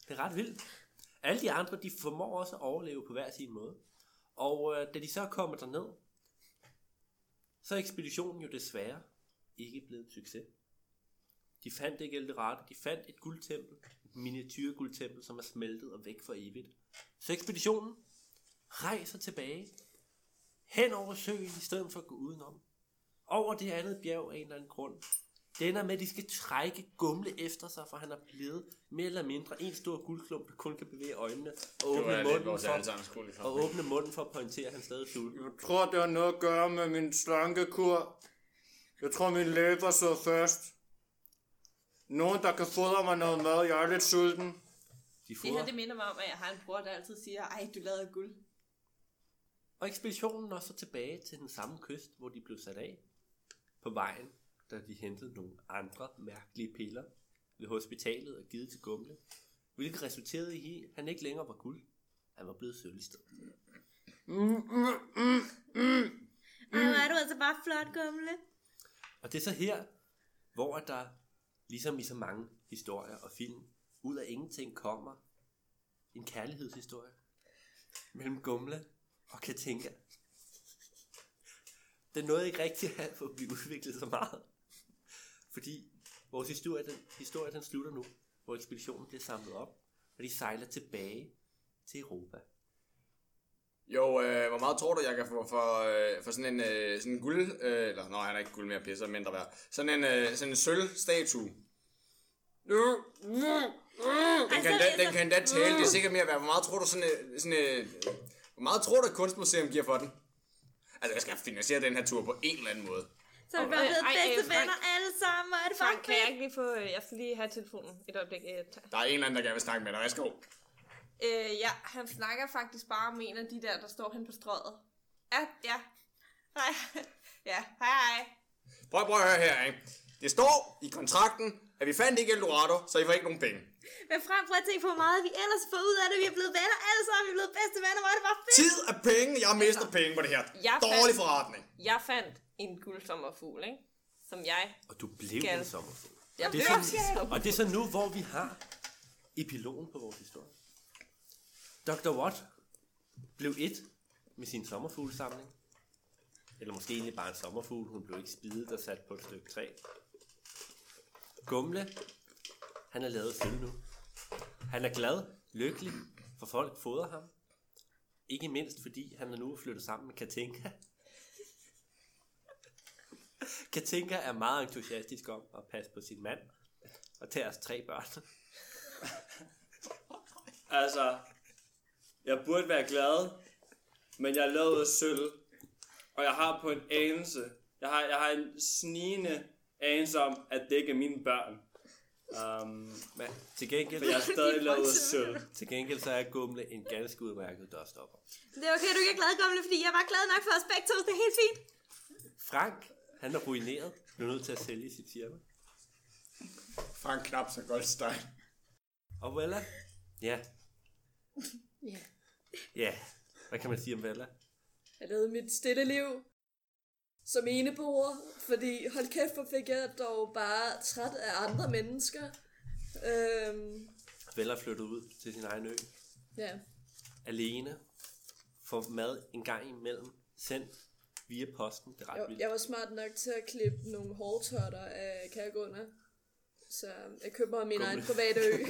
A: Det er ret vildt. Alle de andre, de formår også at overleve på hver sin måde. Og øh, da de så kommer derned, så er ekspeditionen jo desværre ikke blevet en succes. De fandt ikke Eldorado, de fandt et guldtempel, et miniatyrguldtempel, som er smeltet og væk for evigt. Så ekspeditionen rejser tilbage hen over søen, i stedet for at gå udenom. Over det andet bjerg af en eller anden grund. Det ender med, at de skal trække gumle efter sig, for han er blevet mere eller mindre en stor guldklump, der kun kan bevæge øjnene og åbne, munden for,
D: skole.
A: og åbne munden for at pointere, at han stadig er sulten.
C: Jeg tror, det har noget at gøre med min slankekur. Jeg tror, min læber så først. Nogen, der kan fodre mig noget mad. Jeg er lidt sulten.
A: De
B: Det her,
A: fodrer.
B: det minder mig om, at jeg har en bror, der altid siger, ej, du lavede guld.
A: Og ekspeditionen når så tilbage til den samme kyst, hvor de blev sat af. På vejen, da de hentede nogle andre mærkelige piller ved hospitalet og givet til Gumle, hvilket resulterede i, at han ikke længere var guld. Han var blevet sølv i stedet.
F: Ej, hvor er du altså bare flot, gumle.
A: Og det er så her, hvor at der, ligesom i så mange historier og film, ud af ingenting kommer en kærlighedshistorie mellem Gumle og Katinka. Den nåede ikke rigtig at få blive udviklet så meget. Fordi vores historie, den, historie den slutter nu, hvor ekspeditionen bliver samlet op, og de sejler tilbage til Europa.
D: Jo, øh, hvor meget tror du, jeg kan få for, øh, for sådan en, øh, sådan en guld... Øh, eller, nej, han er ikke guld mere pisser, mindre værd. Sådan en, øh, sådan en sølvstatue. Den
F: Altså,
D: kan, da, den kan da tale, det er sikkert mere værd. Hvor meget tror du, sådan, øh, sådan øh, Hvor meget tror du, et kunstmuseum giver for den? Altså, jeg skal finansiere den her tur på en eller anden måde.
F: Så er vi bare
B: Øh,
F: blevet
B: ej, øh,
F: bedste
B: Frank.
F: venner alle sammen, og er det bare
B: Frank, kan jeg ikke lige få... øh, Jeg skal lige have telefonen et øjeblik. øh, tak.
D: Der er en eller anden, der gerne vil snakke med dig. Værsgo.
B: Øh, ja, han snakker faktisk bare om en af de der, der står hen på strøget. Ja, ja. Hej. Ja, hej hej.
D: Prøv, prøv at høre her, ikke? Det står i kontrakten, at vi fandt ikke Eldorado, så I får ikke nogen penge.
F: Men frem for at tænke på, hvor meget vi ellers får ud af det. Vi er blevet venner alle sammen, vi er blevet bedste venner, hvor er det bare fedt.
D: Tid er penge, jeg mister penge på det her.
B: Jeg
D: Dårlig
B: fandt-
D: forretning.
B: Jeg fandt en guldsommerfugl, ikke? Som jeg.
A: Og du blev
B: Skal.
A: en sommerfugl.
B: Jeg
A: Og det,
B: blev
A: er
B: en
A: så, og det er så nu, hvor vi har epilogen på vores historie. Dr. Watt blev et med sin sommerfuglesamling. Eller måske egentlig bare en sommerfugl. Hun blev ikke spidet og sat på et stykke træ. Gumle, han er lavet sølv nu. Han er glad, lykkelig, for folk fodrer ham. Ikke mindst fordi han er nu flyttet sammen med Katinka. Katinka er meget entusiastisk om at passe på sin mand og tage os tre børn.
C: Altså, jeg burde være glad, men jeg er lavet af sølv. Og jeg har på en anelse, jeg har, jeg har en snigende anelse om, at det ikke er mine børn. Um,
A: Men til gengæld, [laughs]
C: men jeg er stadig lavet af sølv.
A: til gengæld så er Gumle en ganske udmærket dørstopper.
F: Det er okay, du er ikke glad, gumle, fordi jeg var glad nok for os begge to, det er helt fint.
A: Frank, han er ruineret, blev nødt til at sælge sit firma.
D: Frank knap så Goldstein.
A: Og Vella? Ja. Ja. Ja. Hvad kan man sige om Vella?
E: Jeg levede mit stille liv som eneboer, fordi hold kæft, hvor fik jeg dog bare træt af andre mennesker. Øhm,
A: Vella flyttede ud til sin egen ø.
E: ja.
A: Alene. Får mad en gang imellem. Sendt
H: via posten. Det er ret
E: Jeg,
H: vildt.
E: jeg var smart nok til at klippe nogle hårtotter af kærgrunder. Så jeg køber min egen private ø.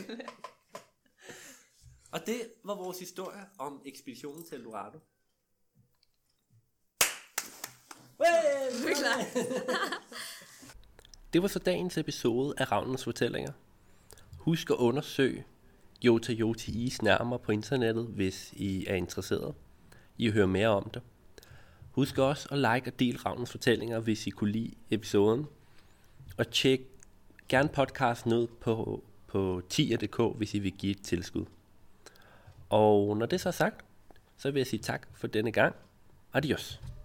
H: Og det var vores historie om ekspeditionen til Eldorado.
I: Det er klart.
A: Det var så dagens episode af Ravnens Fortællinger. Husk at undersøge Jota Joti Is nærmere på internettet, hvis I er interesseret. I hører mere om det. Husk også at like og del Ravnens Fortællinger, hvis I kunne lide episoden. Og tjek gerne podcasten ud på, på 10.dk, hvis I vil give et tilskud. Og når det så er sagt, så vil jeg sige tak for denne gang. Adios.